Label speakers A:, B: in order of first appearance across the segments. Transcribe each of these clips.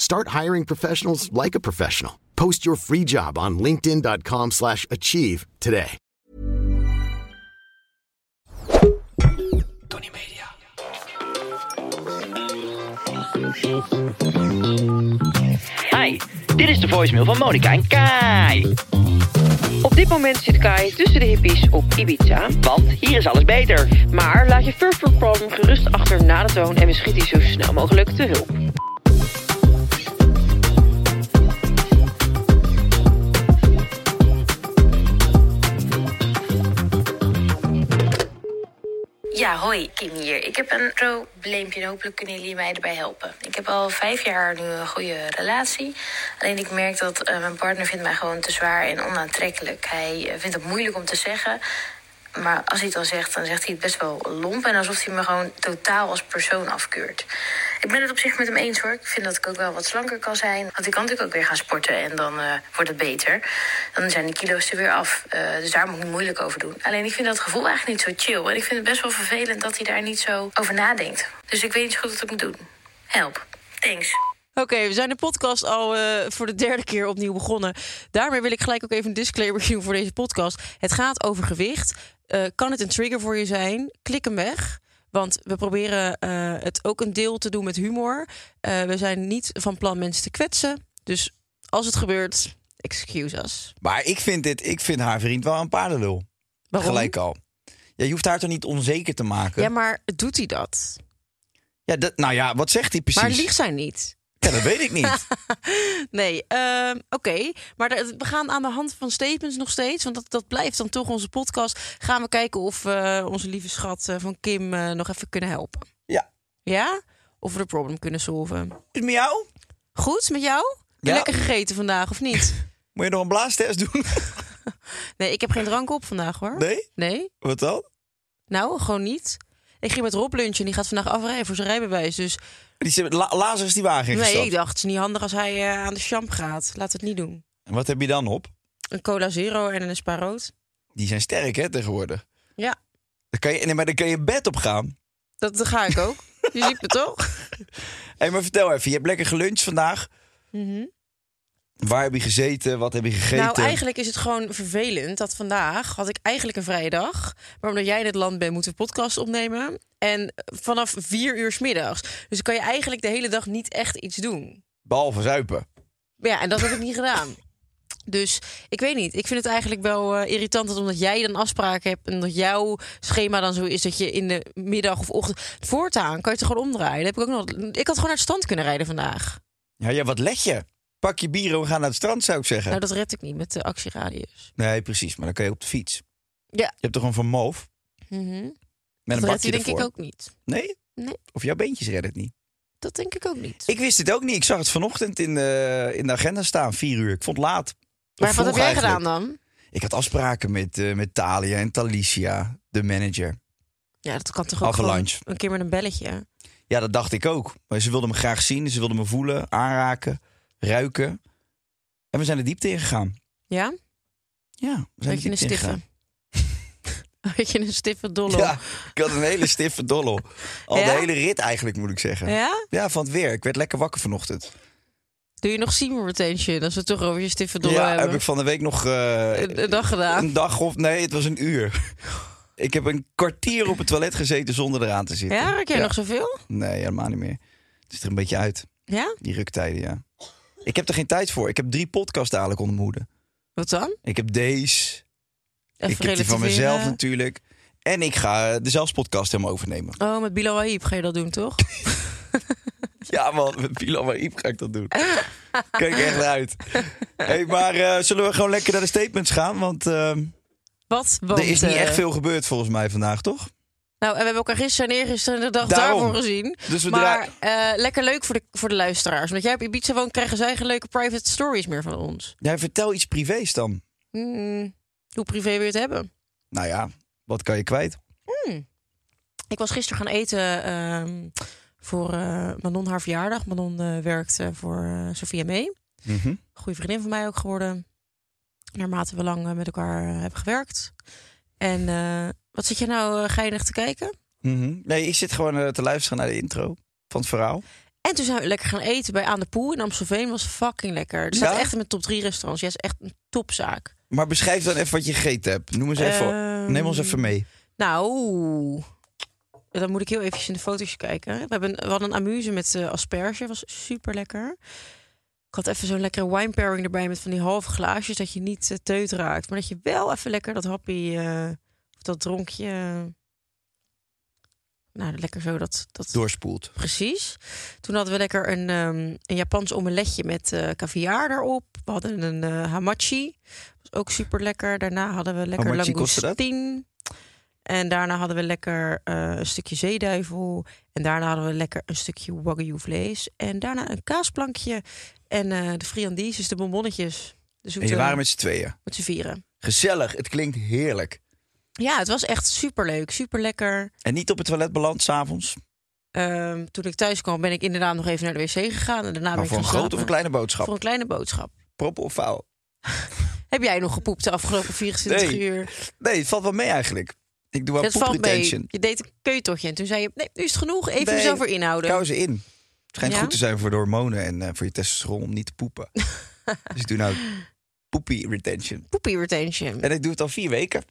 A: Start hiring professionals like a professional. Post your free job on linkedin.com slash achieve today.
B: Tony Media.
C: Hi, dit is de voicemail van Monica en Kai.
D: Op dit moment zit Kai tussen de hippies op Ibiza.
C: Want hier is alles beter.
D: Maar laat je Fur Fur Problem gerust achter na de toon en we schieten je zo snel mogelijk te hulp.
E: Ja, hoi, Kim hier. Ik heb een probleempje en hopelijk kunnen jullie mij erbij helpen. Ik heb al vijf jaar nu een goede relatie. Alleen ik merk dat eh, mijn partner vindt mij gewoon te zwaar en onaantrekkelijk. Hij eh, vindt het moeilijk om te zeggen. Maar als hij het dan zegt, dan zegt hij het best wel lomp. En alsof hij me gewoon totaal als persoon afkeurt. Ik ben het op zich met hem eens hoor. Ik vind dat ik ook wel wat slanker kan zijn. Want ik kan natuurlijk ook weer gaan sporten en dan eh, wordt het beter. Dan zijn de kilo's er weer af. Eh, dus daar moet ik niet moeilijk over doen. Alleen ik vind dat gevoel eigenlijk niet zo chill. En ik vind het best wel vervelend dat hij daar niet zo over nadenkt. Dus ik weet niet zo goed wat ik moet doen. Help. Thanks.
B: Oké, we zijn de podcast al eh, voor de derde keer opnieuw begonnen. Daarmee wil ik gelijk ook even een disclaimer doen voor deze podcast. Het gaat over gewicht. Eh, kan het een trigger voor je zijn? Klik hem weg. Want we proberen eh, het ook een deel te doen met humor. Eh, we zijn niet van plan mensen te kwetsen. Dus als het gebeurt, excuse us.
F: Maar ik vind, dit, ik vind haar vriend wel een paardenlul.
B: Waarom?
F: Gelijk al. Ja, je hoeft haar toch niet onzeker te maken?
B: Ja,
F: Ja,
B: maar doet hij dat?
F: dat, nou ja, wat zegt hij precies?
B: Maar liegt zij niet?
F: Ja, dat weet ik niet.
B: Nee, ehm, oké. Maar daar- we gaan aan de hand van statements nog steeds, want dat, dat blijft dan toch onze podcast. Gaan we kijken of we onze lieve schat eh, van Kim eh, nog even kunnen helpen.
F: ja.
B: Ja? Of we de problem kunnen solven.
F: Is het met jou?
B: Goed met jou? Heb je
F: Ja.
B: Lekker gegeten vandaag of niet?
F: Moet je nog een blaastest doen?
B: Nee, ik heb geen drank op vandaag hoor.
F: Nee?
B: Nee?
F: wat dan?
B: Nou, gewoon niet. Ik ging met Rob lunchen en die gaat vandaag afrijden voor zijn rijbewijs. Dus
F: Die zit, la, Lazarus is die wagen ingestapt.
B: nee, ik dacht, het is niet handig als hij eh, aan de champ gaat. Laat het niet doen.
F: En wat heb je dan op?
B: Een cola zero en een spa rood.
F: Die zijn sterk, hè, tegenwoordig.
B: Ja,
F: Dan kan je, nee, maar dan kan je bed op gaan.
B: dat, dat ga ik ook. Je ziet me toch?
F: Hé, maar vertel even. Je hebt lekker geluncht vandaag. Waar heb je gezeten? Wat heb je gegeten?
B: Mhm. Nou, eigenlijk is het gewoon vervelend dat vandaag had ik eigenlijk een vrije dag. Maar omdat jij in het land bent, moeten we podcast opnemen. En vanaf vier uur 's middags. Dus dan kan je eigenlijk de hele dag niet echt iets doen.
F: Behalve zuipen.
B: Maar ja, en dat heb ik niet gedaan. Dus ik weet niet. Ik vind het eigenlijk wel eh, irritant dat omdat jij dan afspraken hebt en dat jouw schema dan zo is dat je in de middag of ochtend voortaan kan je het gewoon omdraaien. Dat heb ik ook nog. Ik had gewoon naar het strand kunnen rijden vandaag.
F: Ja, ja, wat let je? Pak je bier en we gaan naar het strand, zou ik zeggen.
B: Nou, dat red ik niet met de actieradius.
F: Nee, precies. Maar dan kan je op de fiets.
B: Ja.
F: Je hebt toch een Van Moof?
B: Mhm.
F: Met
B: Dat
F: een
B: redt
F: bakje
B: hij denk ik
F: ervoor.
B: ook niet.
F: Nee?
B: Nee.
F: Of jouw beentjes redden het niet.
B: Dat denk ik ook niet.
F: Ik wist het ook niet. Ik zag het vanochtend in de, in de agenda staan, vier uur. Ik vond het laat. Of
B: maar wat
F: vroeg
B: heb jij
F: eigenlijk.
B: gedaan dan?
F: Ik had afspraken met, eh, met Talia en Talicia, de manager.
B: Ja, dat kan toch ook
F: After
B: gewoon
F: lunch.
B: een keer met een belletje.
F: Ja, dat dacht ik ook. Maar ze wilden me graag zien, ze wilden me voelen, aanraken, ruiken. En we zijn de diepte ingegaan.
B: Ja?
F: Ja, we
B: Weet je
F: zijn de
B: een
F: diepte
B: stiffe?
F: ingegaan.
B: Weet je een stiffe dollar?
F: Ja, ik had een hele stiffe dollel. Al de
B: Ja?
F: hele rit eigenlijk, moet ik zeggen.
B: Ja?
F: Ja, van het weer. Ik werd lekker wakker vanochtend.
B: Doe je nog senior retention als we het toch over je stiffe dollar
F: Ja,
B: hebben?
F: heb ik van de week nog eh,
B: Een- een dag gedaan.
F: Een dag of nee, het was een uur. Ik heb een kwartier op het toilet gezeten zonder eraan te zitten.
B: Ja, ruik jij nog zoveel?
F: Nee, helemaal niet meer. Het is er een beetje uit,
B: Ja?
F: die ruktijden, ja. Ik heb er geen tijd voor. Ik heb drie podcasts dadelijk onder mijn hoede.
B: Wat dan?
F: Ik heb deze. ik heb die van
B: relativeren.
F: mezelf natuurlijk. En ik ga eh, de zelfspodcast helemaal overnemen.
B: Oh, met Bilal Haïb ga je dat doen, toch?
F: Ja man, met Pilan maar Iep ga ik dat doen. Kijk echt naar uit. Hey, maar eh, zullen we gewoon lekker naar de statements gaan? Want ehm,
B: Wat? Want,
F: er is niet
B: eh,
F: echt veel gebeurd volgens mij vandaag, toch?
B: Nou, en we hebben elkaar gisteren en eergisteren de dag
F: Daarom.
B: daarvoor gezien.
F: Dus we
B: maar eh, lekker leuk voor de, voor de luisteraars. Want jij op Ibiza woont, krijgen zij geen leuke private stories meer van ons.
F: Ja, vertel iets privés dan.
B: Hmm, hoe privé wil je het hebben? Hmm.
F: Nou ja, wat kan je kwijt?
B: Ik was gisteren gaan eten ehm, voor eh, Manon haar verjaardag. Manon eh, werkt eh, voor eh, Sophia May.
F: Mhm.
B: goede vriendin van mij ook geworden. Naarmate we lang eh, met elkaar eh, hebben gewerkt. En eh, wat zit je nou eh, geinig te kijken?
F: Mhm. Nee, ik zit gewoon eh, te luisteren naar de intro van het verhaal.
B: En toen zijn we lekker gaan eten bij Aan de Poel in Amstelveen. Was fucking lekker. Het
F: Ja?
B: staat echt in mijn top 3 restaurants. Ja, is echt een topzaak.
F: Maar beschrijf dan even wat je gegeten hebt. Noem eens even.
B: Ehm,
F: Neem ons even mee.
B: Nou, dan moet ik heel even in de foto's kijken. We, hebben, we hadden een amuse met eh, asperge. Was super lekker. Ik had even zo'n lekkere wine pairing erbij met van die halve glaasjes. Dat je niet eh, teut raakt. Maar dat je wel even lekker dat happy. eh, of dat dronkje. eh, nou, lekker zo dat. dat
F: Doorspoeld.
B: Precies. Toen hadden we lekker een, ehm, een Japans omeletje met eh caviar erop. We hadden een eh, hamachi. Was ook super lekker. Daarna hadden we lekker
F: Hamachi kostte dat?
B: langoustine. En daarna hadden we lekker eh, een stukje zeeduivel. En daarna hadden we lekker een stukje wagyu vlees. En daarna een kaasplankje. En eh, de friandises, de bonbonnetjes. Dus De
F: En
B: zoete,
F: je waren met z'n tweeën.
B: met z'n vieren.
F: Gezellig, het klinkt heerlijk.
B: Ja, het was echt superleuk. Super lekker.
F: En niet op het toilet beland s'avonds.
B: Nou, Ehm, toen ik thuis kwam ben ik inderdaad nog even naar de wc gegaan. En daarna ben
F: Maar
B: ik
F: Nou, voor een
B: gaan
F: grote of een
B: slapen.
F: kleine boodschap.
B: Voor een kleine boodschap.
F: Prop of faal?
B: Heb jij nog gepoept de afgelopen 24
F: Nee,
B: uur?
F: Nee, het valt wel mee eigenlijk. Ik doe wel
B: Dat valt mee.
F: poepretention.
B: Je deed een keutochtje en toen zei je... Nee, nu is het genoeg. Even
F: Nee,
B: jezelf erin houden.
F: Kou ze in. Het schijnt
B: Ja?
F: goed te zijn voor de hormonen en eh, voor je testosteron om niet te poepen. dus ik doe nou poepie retention.
B: Poepie retention.
F: En ik doe het al vier weken.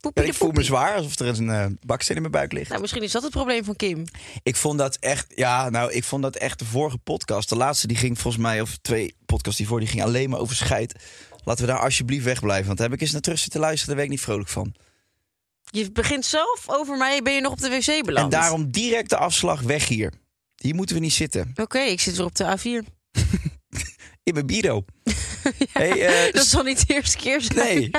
B: Poepie
F: En ik
B: de
F: voel me
B: poepie.
F: zwaar, alsof er een eh, baksteen in mijn buik ligt.
B: Nou, misschien is dat het probleem van Kim.
F: Ik vond dat echt, ja, nou, ik vond dat echt de vorige podcast. De laatste die ging volgens mij, of twee podcasts die voor, die ging alleen maar over scheid. Laten we daar alsjeblieft wegblijven, want daar heb ik eens naar terug zitten luisteren, daar werd ik niet vrolijk van.
B: Je begint zelf over mij, ben je nog op de wc beland.
F: En daarom direct de afslag weg hier. Hier moeten we niet zitten.
B: Oké, ik zit weer op de A4.
F: In mijn biro. hey, eh,
B: Dat zal niet de eerste keer zijn.
F: Nee.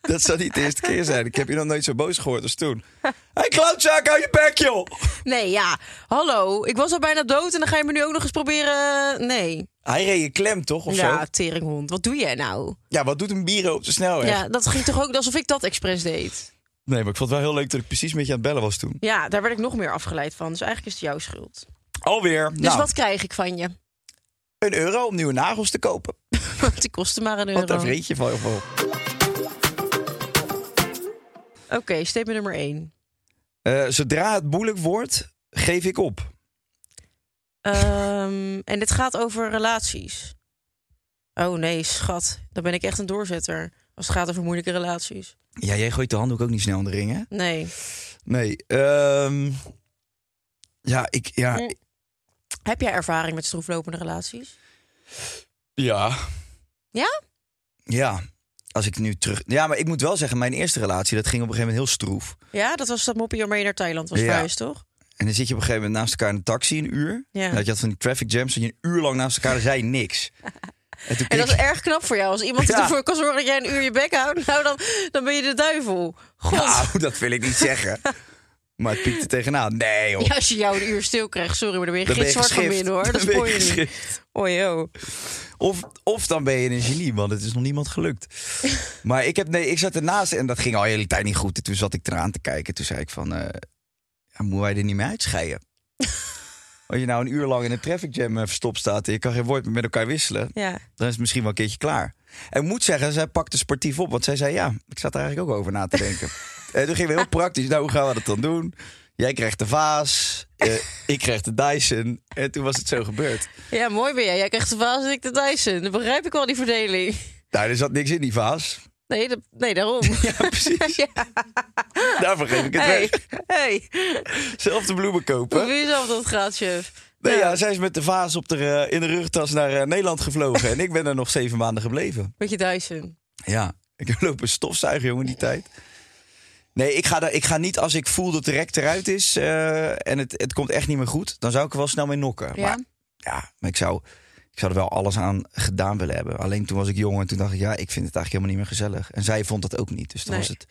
F: dat zou niet de eerste keer zijn. Ik heb je nog nooit zo boos gehoord als toen. Hé, hey, klootzak, hou je bek, joh!
B: Nee, ja. Hallo, ik was al bijna dood en dan ga je me nu ook nog eens proberen... eh, Nee.
F: Hij reed je klem, toch? Of
B: ja,
F: zo?
B: teringhond. Wat doe jij nou?
F: Ja, wat doet een biro op de snelweg?
B: Ja, dat ging toch ook alsof ik dat expres deed?
F: Nee, maar ik vond het wel heel leuk dat ik precies met je aan het bellen was toen.
B: Ja, daar werd ik nog meer afgeleid van. Dus eigenlijk is het jouw schuld.
F: Alweer.
B: Dus
F: nou,
B: wat krijg ik van je?
F: een euro om nieuwe nagels te kopen.
B: Want die kostte maar een euro.
F: Want daar vreet je van heel veel.
B: Oké, statement nummer 1.
F: Eh, zodra het moeilijk wordt, geef ik op.
B: Ehm, en dit gaat over relaties. Oh nee, schat. Dan ben ik echt een doorzetter. Als het gaat over moeilijke relaties.
F: Ja, jij gooit de handdoek ook niet snel in de ring, hè?
B: Nee.
F: Nee. ehm, ja, ik... Ja,
B: Hm. Heb jij ervaring met stroeflopende relaties?
F: ja.
B: Ja?
F: Ja. Als ik nu terug... Ja, maar ik moet wel zeggen, mijn eerste relatie, dat ging op een gegeven moment heel stroef.
B: Ja, dat was dat moppie waarmee je naar Thailand was
F: Ja.
B: verhuisd, toch?
F: En dan zit je op een gegeven moment naast elkaar in een taxi een uur.
B: Ja.
F: Nou, je had van die traffic jams, dat je een uur lang naast elkaar dan zei je niks. En toen
B: En dat
F: keek-
B: is erg knap voor jou. Als iemand
F: Ja.
B: ervoor kan zorgen dat jij een uur je bek houdt, nou dan, dan ben je de duivel. God. Ja.
F: Nou, dat wil ik niet zeggen. Maar het piekte tegenaan. Nee, joh.
B: als je jou een uur stil krijgt, sorry, maar dan ben je
F: Oh.
B: geen
F: Dan ben je
B: zwart van
F: geschift.
B: binnen hoor. Dat
F: Dan ben je
B: spoor je niet.
F: geschift.
B: Oei, oh.
F: Of, of dan ben je een genie, want het is nog niemand gelukt. Maar ik, heb, nee, ik zat ernaast en dat ging al de hele tijd niet goed. En toen zat ik eraan te kijken. Toen zei ik van, eh ja, moeten wij er niet meer uitscheiden? Als je nou een uur lang in een traffic jam eh, verstopt staat... en je kan geen woord meer met elkaar wisselen...
B: Ja.
F: dan is het misschien wel een keertje klaar. En ik moet zeggen, zij pakte sportief op. Want zij zei, ja, ik zat er eigenlijk ook over na te denken. en toen gingen we heel praktisch. Nou, hoe gaan we dat dan doen? Jij krijgt de vaas, eh, ik krijg de Dyson. En toen was het zo gebeurd.
B: Ja, mooi ben jij. Jij krijgt de vaas en ik de Dyson. Dan begrijp ik wel die verdeling.
F: Nou, er zat niks in die vaas.
B: Nee, dat, nee daarom.
F: Ja, precies. Daarvoor geef ik het
B: hey,
F: weg.
B: hey.
F: Zelf de bloemen
B: Hoe
F: kopen.
B: doe je zelf dat gaat, chef?
F: Nee, ja, zij is met de vaas op de, eh, in de rugtas naar eh, Nederland gevlogen. en ik ben er nog zeven maanden gebleven.
B: Met je Dyson.
F: Ja. Ik heb lopen stofzuigen, jongen, die tijd. Nee, ik ga, daar, ik ga niet als ik voel dat de rek eruit is eh, en het, het komt echt niet meer goed. Dan zou ik er wel snel mee nokken.
B: Ja?
F: Maar, ja, maar ik zou, ik zou er wel alles aan gedaan willen hebben. Alleen toen was ik jong en toen dacht ik, ja, ik vind het eigenlijk helemaal niet meer gezellig. En zij vond dat ook niet. Dus dan
B: Nee.
F: was, het,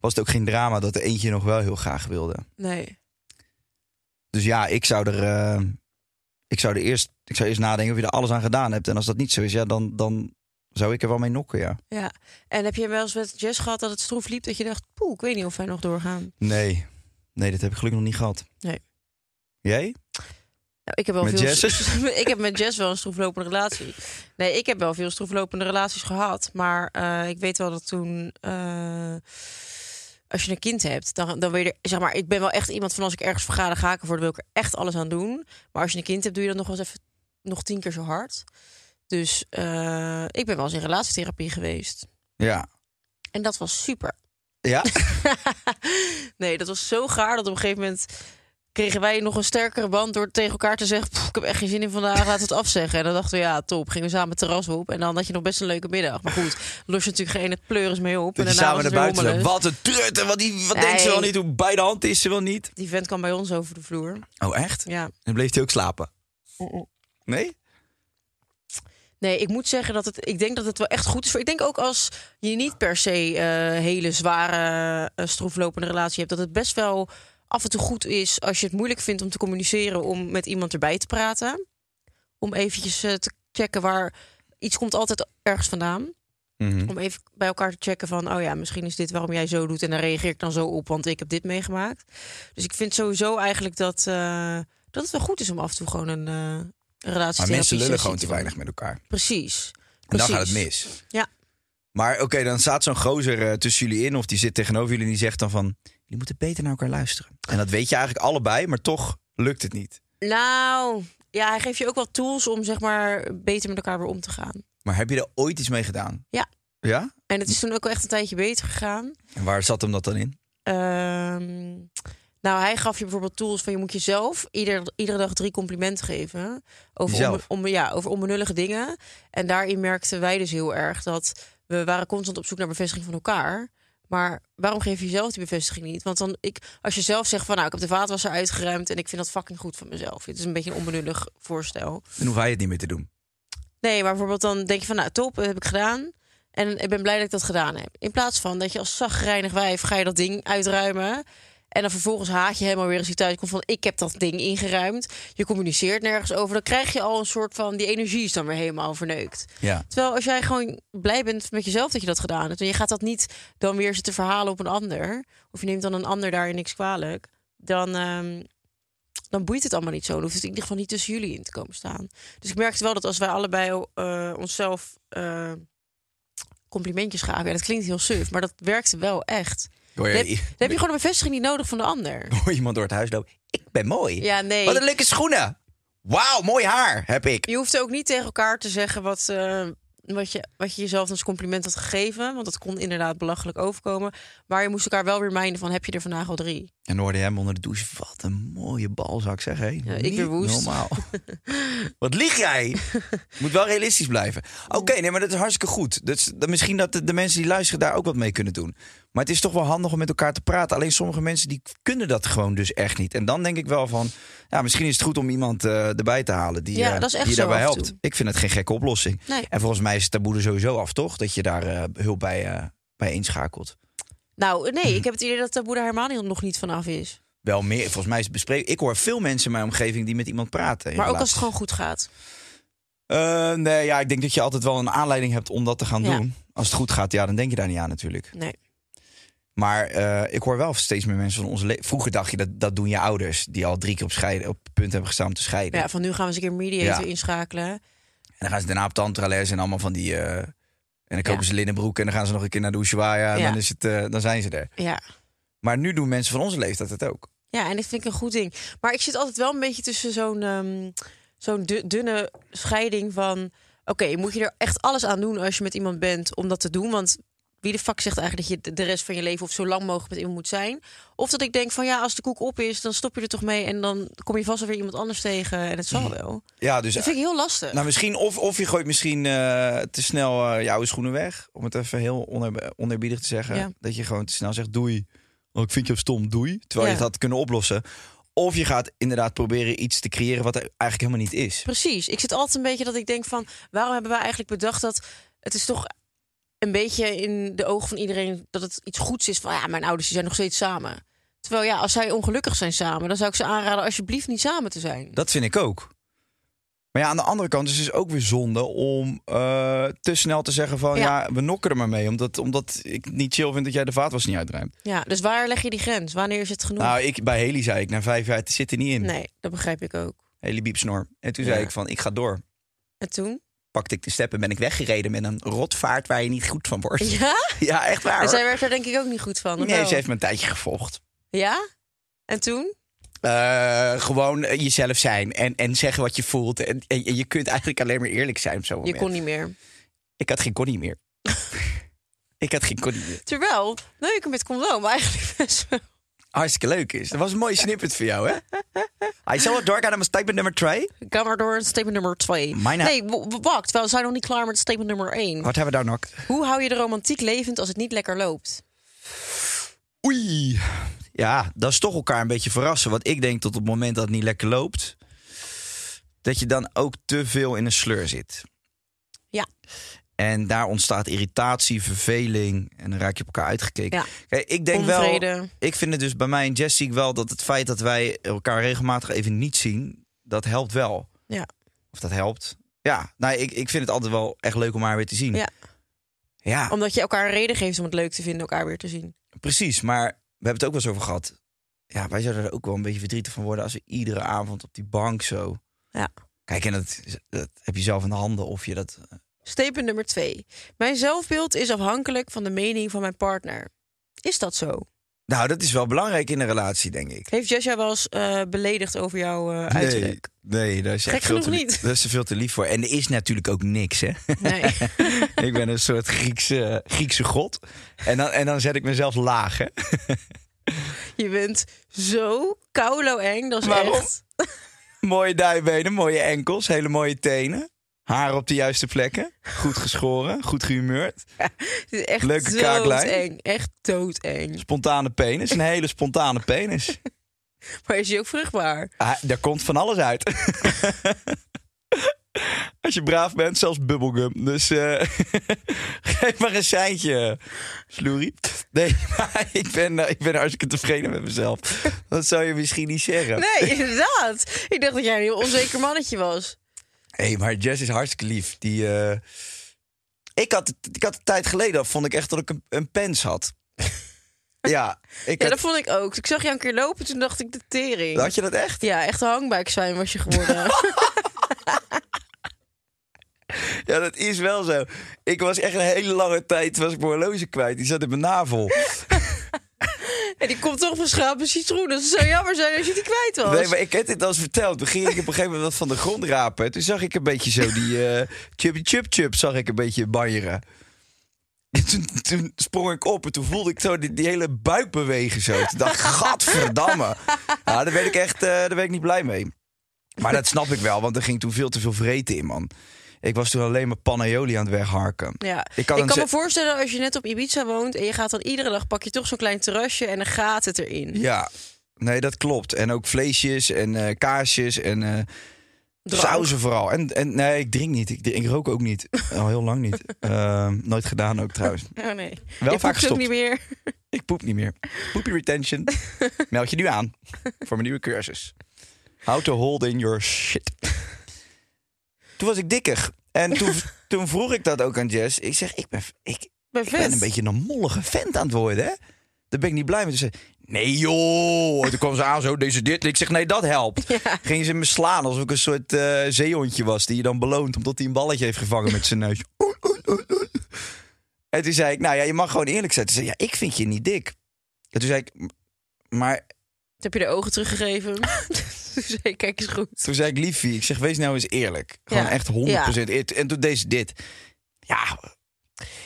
F: was het ook geen drama dat er eentje nog wel heel graag wilde.
B: Nee.
F: Dus ja, ik zou er, eh, ik zou er eerst, ik zou eerst nadenken of je er alles aan gedaan hebt. En als dat niet zo is, ja, dan, dan zou ik er wel mee nokken, ja.
B: Ja. En heb je wel eens met Jess gehad dat het stroef liep? Dat je dacht, poeh, ik weet niet of wij nog doorgaan.
F: Nee, nee, dat heb ik gelukkig nog niet gehad.
B: Nee.
F: Jij?
B: Nou, ik heb wel
F: Met
B: veel
F: Jess?
B: ik heb met Jess wel een stroeflopende relatie. Nee, ik heb wel veel stroeflopende relaties gehad. Maar eh, ik weet wel dat toen. eh, als je een kind hebt, dan, dan weer. Zeg maar, ik ben wel echt iemand van als ik ergens vergaderen ga ik ervoor, dan wil ik er echt alles aan doen. Maar als je een kind hebt, doe je dat nog wel eens even nog tien keer zo hard. Dus eh, ik ben wel eens in relatietherapie geweest.
F: Ja.
B: En dat was super.
F: Ja?
B: nee, dat was zo gaar dat op een gegeven moment kregen wij nog een sterkere band door tegen elkaar te zeggen: "Pff, Ik heb echt geen zin in vandaag, laten we het afzeggen. En dan dachten we: Ja, top. Gingen we samen het terras op. En dan had je nog best een leuke middag. Maar goed, los je natuurlijk geen het pleuris mee op.
F: Dat je
B: en daarna was
F: samen naar
B: het weer
F: buiten loopt.
B: hommeles.
F: Wat een trut en wat, die, wat
B: Nee.
F: denkt ze wel niet? Hoe bij de hand is ze wel niet?
B: Die vent kwam bij ons over de vloer.
F: Oh, echt?
B: Ja.
F: En bleef hij ook slapen? Nee?
B: Nee, ik moet zeggen dat het. Ik denk dat het wel echt goed is. Voor, ik denk ook als je niet per se eh, hele zware, eh, stroeflopende relatie hebt, dat het best wel af en toe goed is als je het moeilijk vindt om te communiceren, om met iemand erbij te praten. Om eventjes eh, te checken waar iets komt altijd ergens vandaan.
F: Mhm.
B: Om even bij elkaar te checken van, oh ja, misschien is dit waarom jij zo doet en daar reageer ik dan zo op, want ik heb dit meegemaakt. Dus ik vind sowieso eigenlijk dat, eh, dat het wel goed is om af en toe gewoon een eh relatie
F: Maar mensen lullen gewoon te weinig met elkaar.
B: Precies.
F: En dan
B: Precies.
F: gaat het mis.
B: Ja.
F: Maar oké, dan staat zo'n gozer eh, tussen jullie in of die zit tegenover jullie en die zegt dan van... Jullie moeten beter naar elkaar luisteren. En dat weet je eigenlijk allebei, maar toch lukt het niet.
B: Nou, ja, hij geeft je ook wel tools om zeg maar beter met elkaar weer om te gaan.
F: Maar heb je er ooit iets mee gedaan?
B: Ja.
F: Ja?
B: En het is toen ook wel echt een tijdje beter gegaan.
F: En waar zat hem dat dan in?
B: Ehm, nou, hij gaf je bijvoorbeeld tools van je moet jezelf ieder, iedere dag drie complimenten geven. Over,
F: Jezelf?
B: onbe- onbe- ja, over onbenullige dingen. En daarin merkten wij dus heel erg dat we waren constant op zoek naar bevestiging van elkaar. Maar waarom geef je jezelf die bevestiging niet? Want dan ik, als je zelf zegt van nou, ik heb de vaatwasser uitgeruimd en ik vind dat fucking goed van mezelf. Het is een beetje een onbenullig voorstel.
F: Dan hoef hij het niet meer te doen.
B: Nee, maar bijvoorbeeld dan denk je van, nou top, dat heb ik gedaan. En ik ben blij dat ik dat gedaan heb. In plaats van dat je als zagrijnig wijf ga je dat ding uitruimen. En dan vervolgens haat je helemaal weer als je thuis komt van, ik heb dat ding ingeruimd. Je communiceert nergens over. Dan krijg je al een soort van, die energie is dan weer helemaal verneukt.
F: Ja.
B: Terwijl als jij gewoon blij bent met jezelf dat je dat gedaan hebt. En je gaat dat niet dan weer zitten verhalen op een ander. Of je neemt dan een ander daarin niks kwalijk. Dan, ehm, dan boeit het allemaal niet zo. Dan hoeft het in ieder geval niet tussen jullie in te komen staan. Dus ik merkte wel dat als wij allebei eh, onszelf eh, complimentjes gaven. Ja, dat klinkt heel suf, maar dat werkte wel echt.
F: Hoor
B: Dan heb,
F: je,
B: dan heb je gewoon een bevestiging niet nodig van de ander.
F: hoor iemand door het huis lopen. Ik ben mooi.
B: Ja, nee.
F: Wat een leuke schoenen. Wauw, mooi haar heb ik.
B: Je hoeft ook niet tegen elkaar te zeggen wat, eh, wat, je, wat je jezelf als compliment had gegeven. Want dat kon inderdaad belachelijk overkomen. Maar je moest elkaar wel reminden van heb je er vandaag al drie?
F: En dan hoorde je hem onder de douche. Wat een mooie balzak zeg. Hé.
B: ik
F: Niet
B: weer woest.
F: Normaal. Wat lieg jij? Moet wel realistisch blijven. Oké, nee, maar dat is hartstikke goed. Dat is, dat misschien dat de, de mensen die luisteren daar ook wat mee kunnen doen. Maar het is toch wel handig om met elkaar te praten. Alleen sommige mensen die kunnen dat gewoon dus echt niet. En dan denk ik wel van, ja, misschien is het goed om iemand eh, erbij te halen die,
B: Ja,
F: eh,
B: dat is echt
F: die je
B: zo
F: daarbij
B: af en
F: helpt.
B: toe.
F: Ik vind het geen gekke oplossing.
B: Nee.
F: En volgens mij is het taboe er sowieso af, toch? Dat je daar eh, hulp bij, eh, bij inschakelt.
B: Nou, nee, ik heb het idee dat taboe daar helemaal niet- nog niet vanaf is.
F: Wel meer, volgens mij is het bespreken. Ik hoor veel mensen in mijn omgeving die met iemand praten. in
B: Maar ook als
F: relaties.
B: het gewoon goed gaat.
F: Eh, nee, ja, ik denk dat je altijd wel een aanleiding hebt om dat te gaan
B: Ja.
F: doen. Als het goed gaat, ja, dan denk je daar niet aan natuurlijk.
B: Nee.
F: Maar eh, ik hoor wel steeds meer mensen van onze le- Vroeger dacht je dat dat doen je ouders, die al drie keer op, scheiden, op het punt hebben gestaan om te scheiden.
B: Ja, van nu gaan we eens een keer een mediator
F: Ja.
B: inschakelen.
F: En dan gaan ze daarna op tantrales en allemaal van die. eh, en dan kopen
B: Ja.
F: ze linnenbroeken en dan gaan ze nog een keer naar de Ushuaia en
B: Ja.
F: dan, is het, eh, dan zijn ze er.
B: Ja.
F: Maar nu doen mensen van onze leeftijd het ook.
B: Ja, en dat vind ik een goed ding. Maar ik zit altijd wel een beetje tussen zo'n ehm, zo'n du- dunne scheiding van... Oké, moet je er echt alles aan doen als je met iemand bent om dat te doen? Want wie de fuck zegt eigenlijk dat je de rest van je leven of zo lang mogelijk met iemand moet zijn. Of dat ik denk van ja, als de koek op is, dan stop je er toch mee en dan kom je vast wel weer iemand anders tegen en het zal wel.
F: Ja, dus
B: Dat vind ik heel lastig.
F: Nou, misschien, of, of je gooit misschien eh, te snel eh, je oude schoenen weg. Om het even heel onerb- onerbiedig te zeggen.
B: Ja.
F: Dat je gewoon te snel zegt doei. Want ik vind je stom, doei. Terwijl je
B: Ja.
F: dat had kunnen oplossen. Of je gaat inderdaad proberen iets te creëren wat er eigenlijk helemaal niet is.
B: Precies. Ik zit altijd een beetje dat ik denk van... waarom hebben wij eigenlijk bedacht dat... het is toch een beetje in de ogen van iedereen... dat het iets goeds is van... ja, mijn ouders die zijn nog steeds samen. Terwijl ja, als zij ongelukkig zijn samen... dan zou ik ze aanraden alsjeblieft niet samen te zijn.
F: Dat vind ik ook. Maar ja, aan de andere kant is het dus ook weer zonde om eh, te snel te zeggen van... ja,
B: Ja.
F: we nokken er maar mee. Omdat, omdat ik het niet chill vind dat jij de vaatwas niet uitruimt.
B: Ja, dus waar leg je die grens? Wanneer is het genoeg?
F: Nou, ik, bij Haley zei ik na vijf jaar, het zit er niet in. Haley
B: nee, dat begrijp ik ook.
F: biepsnor. En toen
B: Ja.
F: zei ik van, ik ga door.
B: En toen?
F: pakte ik de step en ben ik weggereden met een rotvaart waar je niet goed van wordt. Ja,
B: Ja?
F: echt waar.
B: En zij
F: Hoor.
B: werd daar denk ik ook niet goed van. of
F: Nee,
B: wel?
F: ze heeft me een tijdje gevolgd.
B: Ja? En toen?
F: Eh, gewoon eh, jezelf zijn en, en zeggen wat je voelt. En, en, en je kunt eigenlijk alleen maar eerlijk zijn op zo'n
B: Je
F: moment.
B: kon niet meer.
F: Ik had geen Connie meer. ik had geen Connie meer.
B: Terwijl, neuken met condoom eigenlijk best wel...
F: Hartstikke leuk is. Dat was een mooi snippet voor jou, hè? Hij zal het doorgaan aan mijn statement nummer 2.
B: Ga maar door, statement nummer twee.
F: Mijn-
B: Nee, w- w- wacht, terwijl we zijn nog niet klaar met statement nummer één.
F: Wat hebben we daar nog?
B: Hoe hou je de romantiek levend als het niet lekker loopt?
F: Oei. Ja, dat is toch elkaar een beetje verrassen. Want ik denk tot op het moment dat het niet lekker loopt... dat je dan ook te veel in een sleur zit.
B: Ja.
F: En daar ontstaat irritatie, verveling. En dan raak je op elkaar uitgekeken.
B: Ja.
F: Kijk, ik denk wel.
B: Onvrede.
F: Ik vind het dus bij mij en Jess zie ik wel dat het feit dat wij elkaar regelmatig even niet zien, dat helpt wel.
B: Ja.
F: Of dat helpt. Ja, nou, ik, ik vind het altijd wel echt leuk om haar weer te zien.
B: Ja.
F: ja
B: Omdat je elkaar een reden geeft om het leuk te vinden, elkaar weer te zien.
F: precies. Maar we hebben het ook wel eens over gehad. Ja, wij zouden er ook wel een beetje verdrietig van worden als we iedere avond op die bank zo.
B: Ja.
F: Kijk, en dat, is- dat heb je zelf in de handen of je dat. eh,
B: Statement nummer twee. Mijn zelfbeeld is afhankelijk van de mening van mijn partner. Is dat zo?
F: Nou, dat is wel belangrijk in een relatie, denk ik.
B: Heeft Jess jou wel eens eh, beledigd over jouw eh,
F: Nee,
B: uiterlijk?
F: nee, daar is ze
B: Gek
F: echt veel te,
B: genoeg
F: li-
B: niet.
F: Daar is ze veel te lief voor. En er is natuurlijk ook niks, hè?
B: Nee.
F: ik ben een soort Griekse, eh, Griekse god. En dan, en dan zet ik mezelf laag, hè?
B: Je bent zo koulo eng. Dat is
F: Waarom?
B: echt...
F: mooie dijbenen, mooie enkels, hele mooie tenen. Haar op de juiste plekken. Goed geschoren, goed gehumeurd.
B: Het is echt
F: Leuke kaaklijn.
B: doodeng. Echt doodeng.
F: Spontane penis, een hele spontane penis.
B: Maar is je ook vruchtbaar?
F: Ah, daar komt van alles uit. Als je braaf bent, zelfs bubblegum. Dus eh, geef maar een seintje, sloerie. Nee, maar ik ben, eh, ik ben hartstikke tevreden met mezelf. Dat zou je misschien niet zeggen.
B: Nee, inderdaad. Ik dacht dat jij een heel onzeker mannetje was.
F: Hé, maar Jess is hartstikke lief. Die, eh, ik, had, ik had een tijd geleden, vond ik echt dat ik een, een pens had. ja, ik
B: Ja, dat
F: had,
B: vond ik ook. Ik zag jou een keer lopen, toen dacht ik de tering.
F: had je dat echt?
B: Ja, echt een hangbuikzwijn was je geworden.
F: Ja, dat is wel zo. Ik was echt een hele lange tijd, was ik mijn horloge kwijt. Die zat in mijn navel.
B: en die komt toch van schaap en citroen. Dat zou jammer zijn als je die kwijt was.
F: Nee, maar ik heb dit al eens verteld. Toen ging ik op een gegeven moment wat van de grond rapen. En Toen zag ik een beetje zo die eh chup chup chup zag ik een beetje banjeren. En toen, toen sprong ik op en toen voelde ik zo die, die hele buik bewegen zo. Toen dacht ik, gadverdamme. Ja, daar ben ik echt eh, daar ben ik niet blij mee. Maar dat snap ik wel, want er ging toen veel te veel vreten in, man. Ik was toen alleen maar panaioli aan het wegharken.
B: Ja.
F: Ik
B: Ik
F: kan
B: kan,
F: hem ze-
B: me voorstellen als je net op Ibiza woont en je gaat dan iedere dag pak je toch zo'n klein terrasje en dan gaat het erin.
F: Ja, nee, dat klopt. En ook vleesjes en eh, kaasjes en... eh,
B: Drank.
F: Sauzen vooral. En, en nee, ik drink niet. Ik, drink- ik rook ook niet. Al heel lang niet. Ehm, nooit gedaan ook trouwens.
B: Oh nee.
F: Wel
B: je
F: vaak
B: poept ook
F: gestopt.
B: niet meer.
F: Ik poep niet meer. Poepie retention. Meld je nu aan voor mijn nieuwe cursus. How to hold in your shit. Toen was ik dikker. En toen, toen vroeg ik dat ook aan Jess. Ik zeg, ik ben, ik,
B: Ben
F: ik ben een
B: vet.
F: beetje een mollige vent aan het worden, hè? Daar ben ik niet blij mee. Toen zei ze, nee joh. En toen kwam ze aan zo, deze dit. Ik zeg, nee, dat helpt. Ging ze me slaan alsof ik een soort eh, zeehondje was... die je dan beloont omdat hij een balletje heeft gevangen met zijn neus. Oei, oei, oei, oei. En toen zei ik, nou ja, je mag gewoon eerlijk zijn. Toen zei ze, ja, ik vind je niet dik. En toen zei ik, maar
B: Heb je de ogen teruggegeven? Toen zei ik, kijk eens goed.
F: toen zei ik, liefie, ik zeg, wees nou eens eerlijk. Gewoon
B: Ja.
F: echt 100% eer- En toen deed ze dit. Ja,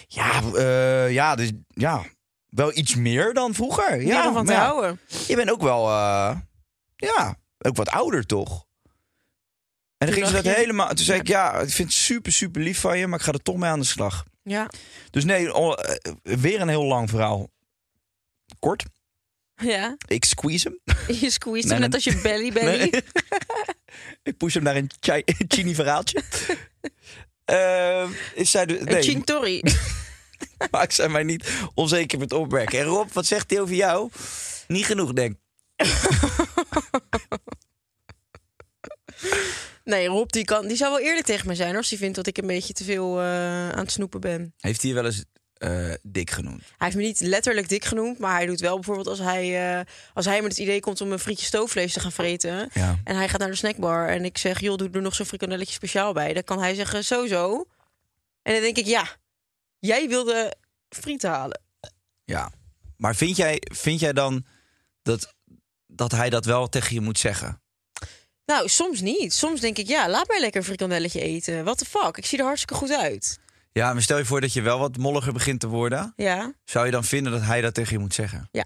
F: Ja, eh, ja, dus ja, wel iets meer dan vroeger. Ja,
B: Ja, van te
F: maar ja,
B: houden.
F: Je bent ook wel, eh, ja, ook wat ouder toch? En dan
B: Toen
F: ging ze
B: dacht
F: dat
B: je-
F: helemaal. Toen zei ik, ja, ik vind het super, super lief van je, maar ik ga er toch mee aan de slag.
B: Ja.
F: Dus nee, al- eh, weer een heel lang verhaal. Kort,
B: ja.
F: ik squeeze hem.
B: Je squeeze
F: Nee,
B: hem net als
F: nee.
B: je belly belly.
F: Nee. ik push hem naar een chi- chini verhaaltje. Eh, is zij de,
B: Een
F: nee,
B: chintori.
F: maak zij mij niet onzeker met opmerken. En Rob, wat zegt hij over jou? Niet genoeg, denk ik.
B: Nee, Rob, die, kan, die zou wel eerlijk tegen me zijn hoor, als hij vindt dat ik een beetje te veel eh, aan het snoepen ben.
F: Heeft hij je wel eens eh, dik genoemd?
B: Hij heeft me niet letterlijk dik genoemd, maar hij doet wel bijvoorbeeld als hij, eh, als hij met het idee komt om een frietje stoofvlees te gaan vreten.
F: Ja.
B: En hij gaat naar de snackbar en ik zeg, joh, doe er nog zo'n frikandelletje speciaal bij. Dan kan hij zeggen, zo zo. En dan denk ik, ja, jij wilde frieten halen.
F: Ja. Maar vind jij, vind jij dan dat, dat hij dat wel tegen je moet zeggen?
B: Nou, soms niet. Soms denk ik, ja, laat mij lekker een frikandelletje eten. What the fuck, ik zie er hartstikke goed uit.
F: Ja, maar stel je voor dat je wel wat molliger begint te worden.
B: Ja,
F: Zou je dan vinden dat hij dat tegen je moet zeggen?
B: Ja.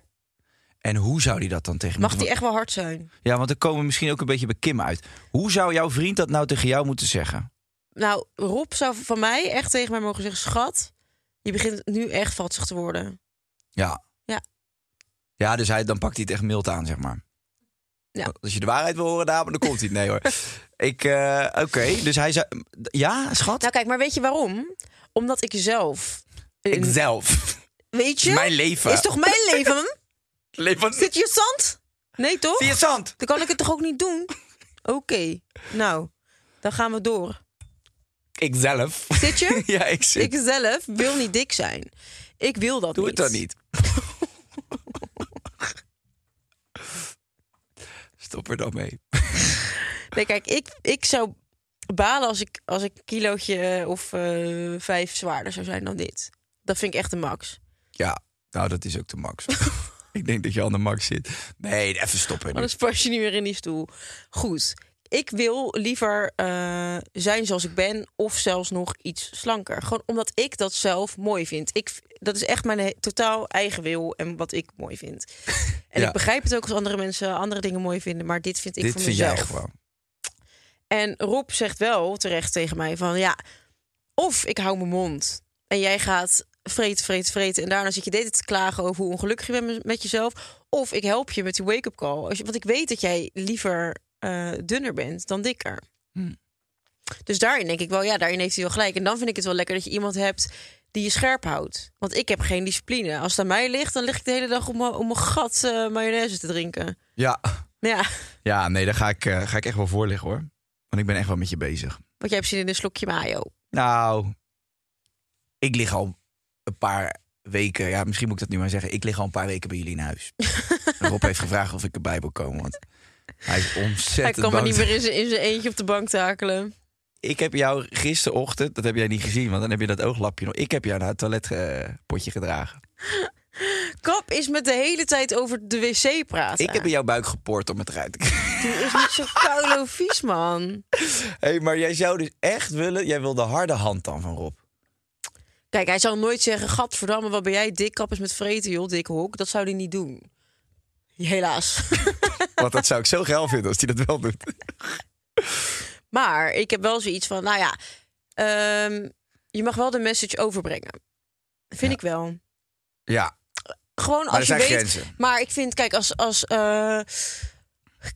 F: En hoe zou hij dat dan tegen je
B: mag die
F: moeten-
B: echt wel hard zijn.
F: Ja, want er komen we misschien ook een beetje bij Kim uit. Hoe zou jouw vriend dat nou tegen jou moeten zeggen?
B: Nou, Rob zou van mij echt tegen mij mogen zeggen: Schat, je begint nu echt vatsig te worden.
F: Ja.
B: Ja.
F: Ja, dus hij, dan pakt hij het echt mild aan, zeg maar.
B: Ja.
F: Als je de waarheid wil horen, daar, dan komt hij. Nee hoor. Ik, eh, oké, dus hij zei... Ja, schat?
B: Nou, kijk, maar weet je waarom? Omdat ik zelf. een-
F: Ikzelf.
B: weet je?
F: is mijn leven.
B: Is toch mijn leven?
F: Leef van...
B: Zit je zand? Nee, toch?
F: Via zand.
B: Dan kan ik het toch ook niet doen? Oké, nou, dan gaan we door.
F: Ikzelf.
B: Zit je?
F: ja, ik zit.
B: Ik zelf wil niet dik zijn. Ik wil dat
F: Doe
B: niet.
F: het dan niet. Stop er dan mee.
B: Nee, kijk, ik, ik zou balen als ik, als ik een kilootje eh, of eh, vijf zwaarder zou zijn dan dit. Dat vind ik echt de max.
F: Ja, nou dat is ook de max. ik denk dat je aan de max zit. Nee, even stoppen. nu.
B: Anders pas je niet meer in die stoel. Goed. Ik wil liever eh, zijn zoals ik ben of zelfs nog iets slanker. Gewoon omdat ik dat zelf mooi vind. Ik, v- dat is echt mijn he- totaal eigen wil en wat ik mooi vind. En
F: Ja.
B: ik begrijp het ook als andere mensen andere dingen mooi vinden, maar dit vind ik
F: Dit
B: voor
F: vind
B: mezelf.
F: jij gewoon.
B: En Rob zegt wel terecht tegen mij van ja, of ik hou mijn mond en jij gaat vreten, vreten, vreten en daarna zit je de hele tijd te klagen over hoe ongelukkig je bent met- met jezelf. Of ik help je met die wake-up call, Als je- want ik weet dat jij liever eh, dunner bent dan dikker. Dus daarin denk ik wel, ja, daarin heeft hij wel gelijk. En dan vind ik het wel lekker dat je iemand hebt die je scherp houdt. Want ik heb geen discipline. Als het aan mij ligt, dan lig ik de hele dag om mijn- om mijn gat eh, mayonaise te drinken.
F: Ja.
B: Ja,
F: ja, nee, daar ga ik, eh, ga ik echt wel voor liggen hoor. Want ik ben echt wel met je bezig.
B: want jij hebt zin in een slokje mayo.
F: Nou, ik lig al een paar weken... Ja, misschien moet ik dat nu maar zeggen. Ik lig al een paar weken bij jullie in huis. Rob heeft gevraagd of ik erbij wil komen. Want hij is ontzettend
B: Hij kan
F: bang
B: maar niet
F: dat-
B: meer in zijn- in zijn eentje op de bank takelen.
F: Ik heb jou gisterochtend, dat heb jij niet gezien, want dan heb je dat ooglapje nog. Ik heb jou naar het toiletpotje gedragen.
B: Kap is met de hele tijd over de wc praten.
F: Ik heb in jouw buik gepoord om het eruit te krijgen.
B: Die is niet zo koulo vies, man.
F: Hé, hey, maar jij zou dus echt willen, jij wil de harde hand dan van Rob.
B: Kijk, hij zal nooit zeggen... Gadverdamme, wat ben jij dik? Kap is met vreten, joh, dik hok. Dat zou hij niet doen. Helaas.
F: Want dat zou ik zo geil vinden als hij dat wel doet.
B: maar ik heb wel zoiets van... Nou ja, ehm, je mag wel de message overbrengen. Vind ik wel.
F: Ja,
B: Gewoon
F: er
B: als je
F: zijn
B: weet...
F: grenzen.
B: Maar ik vind, kijk, als... als eh,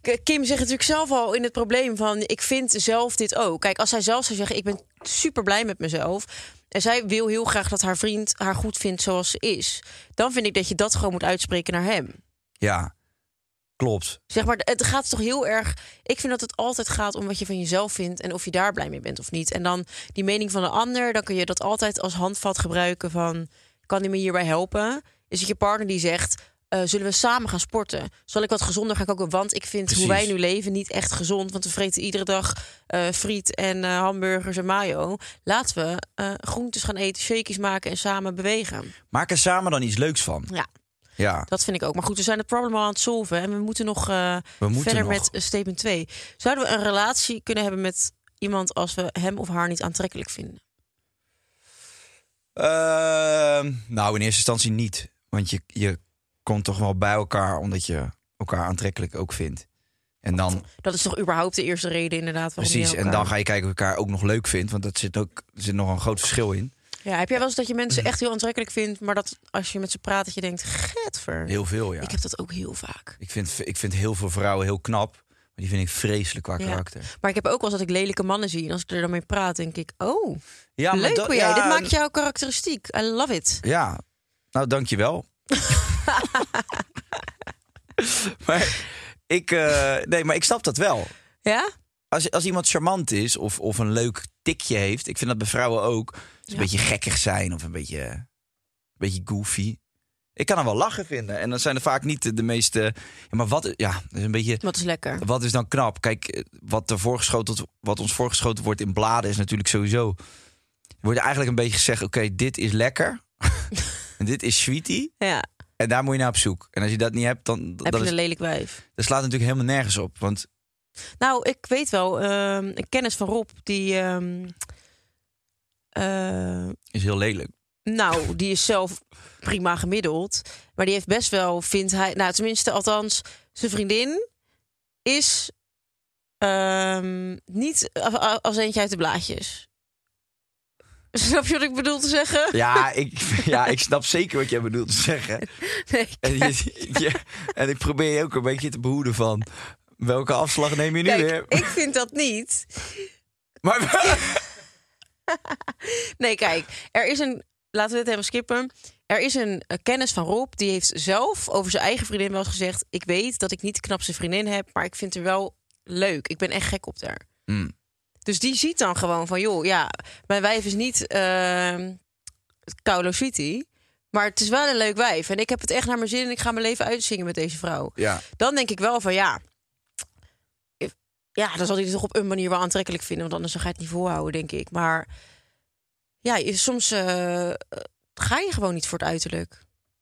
B: K- Kim zegt natuurlijk zelf al in het probleem van... ik vind zelf dit ook. Kijk, als zij zelf zou zeggen... ik ben super blij met mezelf... en zij wil heel graag dat haar vriend haar goed vindt zoals ze is... dan vind ik dat je dat gewoon moet uitspreken naar hem.
F: ja, klopt.
B: Zeg maar, het gaat toch heel erg... Ik vind dat het altijd gaat om wat je van jezelf vindt... en of je daar blij mee bent of niet. En dan die mening van de ander... dan kun je dat altijd als handvat gebruiken van... kan die me hierbij helpen? Is het je partner die zegt... eh, zullen we samen gaan sporten? Zal ik wat gezonder gaan koken? Want ik vind hoe wij
F: Precies.
B: nu leven niet echt gezond. Want we vreten iedere dag eh, friet en eh, hamburgers en mayo. Laten we eh, groentes gaan eten, shakies maken en samen bewegen.
F: Maak er samen dan iets leuks van.
B: Ja,
F: Ja,
B: dat vind ik ook. Maar goed, we zijn het probleem al aan het solven. En we moeten nog eh,
F: We moeten
B: verder
F: nog.
B: met eh, statement 2. Zouden we een relatie kunnen hebben met iemand als we hem of haar niet aantrekkelijk vinden?
F: Ehm, nou, in eerste instantie niet. Want je, je komt toch wel bij elkaar omdat je elkaar aantrekkelijk ook vindt. En dan,
B: Dat is toch überhaupt de eerste reden inderdaad. waarom
F: precies,
B: je
F: en
B: elkaar-
F: dan ga je kijken of je elkaar ook nog leuk vindt. Want dat zit ook, er zit nog een groot verschil in.
B: Ja, heb jij wel eens dat je mensen echt heel aantrekkelijk vindt, maar dat als je met ze praat dat je denkt, getver.
F: Heel veel, ja.
B: Ik
F: Ik,
B: heb dat ook heel vaak.
F: vind, ik vind heel veel vrouwen heel knap. Maar die vind ik vreselijk qua
B: Ja.
F: karakter.
B: Maar ik heb ook wel eens dat ik lelijke mannen zie. En als ik er dan mee praat, denk ik, oh,
F: Ja, maar
B: leuk
F: dat-
B: hoe jij.
F: ja,
B: Dit maakt jouw karakteristiek. I love it.
F: Ja, nou dankjewel. maar, ik, eh, nee, maar ik snap dat wel.
B: Ja?
F: Als, als iemand charmant is of, of een leuk tikje heeft... ik vind dat bij vrouwen ook dus een beetje gekkig zijn of een beetje, een beetje goofy. Ik kan er wel lachen vinden. En dan zijn er vaak niet de, de meeste... Ja, maar wat... Ja, dat is een beetje...
B: Wat is lekker.
F: Wat is dan knap? Kijk, eh, wat, er voorgeschoteld, wat ons voorgeschoten wordt in bladen is natuurlijk sowieso. Er wordt eigenlijk een beetje gezegd: oké, dit is lekker. en dit is sweetie.
B: Ja,
F: En daar moet je naar op zoek. En als je dat niet hebt, dan
B: heb
F: dat
B: je
F: is,
B: een lelijk wijf.
F: dat slaat natuurlijk helemaal nergens op. Want
B: Nou, ik weet wel, ehm, een kennis van Rob, die... ehm, eh,
F: is heel lelijk.
B: Nou, die is zelf prima gemiddeld. Maar die heeft best wel, vindt hij... Nou, tenminste, althans, zijn vriendin is ehm, niet a- a- als eentje uit de blaadjes. Snap je wat ik bedoel te zeggen?
F: Ja, ik, ja, ik snap zeker wat jij bedoelt te zeggen.
B: Nee,
F: En, je- je- en ik probeer je ook een beetje te behoeden van. Welke afslag neem je nu
B: kijk,
F: weer?
B: ik vind dat niet.
F: Maar,
B: Nee, kijk, er is een... Laten we dit even skippen. Er is een eh, kennis van Rob, die heeft zelf over zijn eigen vriendin wel eens gezegd... ik weet dat ik niet de knapste vriendin heb, maar ik vind haar wel leuk. Ik ben echt gek op haar.
F: Hmm.
B: Dus die ziet dan gewoon van, joh, ja, mijn wijf is niet ehm Kaulo Sweetie... maar het is wel een leuk wijf. En ik heb het echt naar mijn zin en ik ga mijn leven uitzingen met deze vrouw.
F: ja.
B: Dan denk ik wel van, ja... if- Ja, dan zal hij het toch op een manier wel aantrekkelijk vinden... want anders dan ga je het niet volhouden, denk ik. Maar ja, je- soms eh, eh, ga je gewoon niet voor het uiterlijk.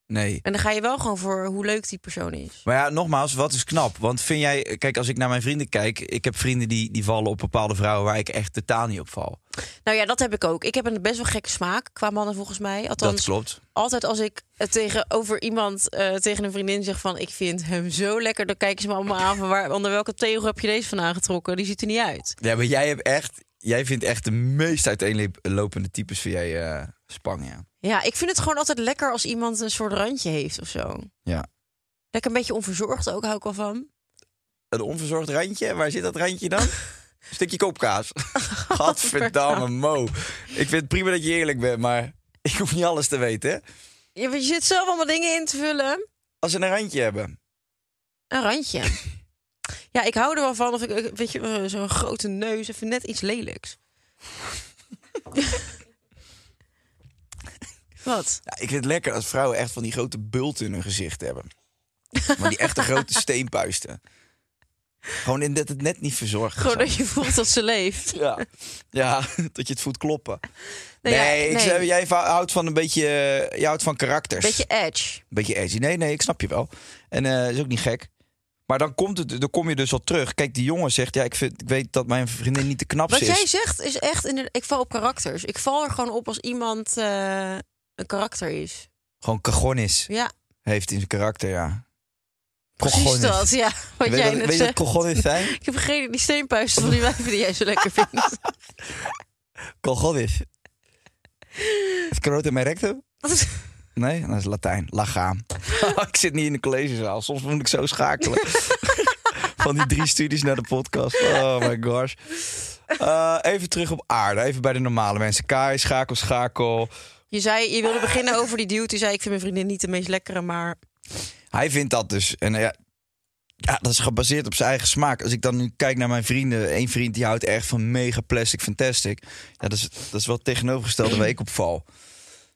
F: Nee.
B: En dan ga je wel gewoon voor hoe leuk die persoon is.
F: Maar ja, nogmaals, wat is knap? Want vind jij, kijk, als ik naar mijn vrienden kijk, ik heb vrienden die, die vallen op bepaalde vrouwen waar ik echt totaal niet op val.
B: Nou ja, dat heb ik ook. Ik heb een best wel gekke smaak qua mannen volgens mij. Althans,
F: dat klopt.
B: altijd als ik het tegenover iemand, eh, tegen een vriendin zeg van... ik vind hem zo lekker, dan kijken ze me allemaal aan van... Waar, onder welke tegel heb je deze van aangetrokken? Die ziet er niet uit.
F: Ja, maar jij hebt echt, jij vindt echt de meest uiteenlopende types van jij eh, spang, ja.
B: Ja, ik vind het gewoon altijd lekker als iemand een soort randje heeft of zo.
F: Ja.
B: Lekker een beetje onverzorgd ook, hou ik wel van.
F: Een onverzorgd randje, waar zit dat randje dan? Een stukje kopkaas. Gadverdamme, Mo. Ik vind het prima dat je eerlijk bent, maar ik hoef niet alles te weten. hè.
B: Je, je zit zelf allemaal dingen in te vullen.
F: Als ze een randje hebben.
B: Een randje. ja, ik hou er wel van of ik, ik- weet je, eh, zo'n grote neus, even net iets lelijks. Wat?
F: Ja, ik vind het lekker als vrouwen echt van die grote bulten in hun gezicht hebben. Maar die echte grote steenpuisten. Gewoon in dat het net niet verzorgd is.
B: Gewoon dat je voelt dat ze leeft.
F: Ja. ja, dat je het voelt kloppen. Nee,
B: Nou ja,
F: ik Zeg, jij va- houdt van een beetje... eh, Je houdt van karakters.
B: Beetje edge.
F: beetje edgy. Nee, nee, ik snap je wel. En eh is ook niet gek. Maar dan, komt het, dan kom je dus al terug. Kijk, die jongen zegt... Ja, ik, vind, ik weet dat mijn vriendin niet de knapste
B: Wat jij
F: is.
B: zegt is echt... In de, ik val op karakters. Ik val er gewoon op als iemand eh, een karakter is.
F: Gewoon cagon is.
B: Ja,
F: Heeft in zijn karakter, ja.
B: precies
F: Cojones.
B: dat. Ja, wat
F: weet
B: jij
F: je wat-
B: net
F: weet je wat
B: zegt.
F: cojones zijn?
B: Ik heb vergeten die steenpuisten van die wijven die jij zo lekker vindt.
F: Cojones. Is corona mijn rectum?
B: Dat is-
F: Nee, dat is Latijn. Lagaam. ik zit niet in de collegezaal. Soms moet ik zo schakelen. Van die drie studies naar de podcast. Oh my gosh. Eh, even terug op aarde. Even bij de normale mensen. Kai, schakel, schakel.
B: Je zei, je wilde beginnen over die dude. Die zei, ik vind mijn vriendin niet de meest lekkere, maar...
F: Hij vindt dat dus. En eh, ja, ja, dat is gebaseerd op zijn eigen smaak. Als ik dan nu kijk naar mijn vrienden. één vriend die houdt echt van mega plastic fantastic. Ja, dat is, dat is wel het tegenovergestelde waar ik op val.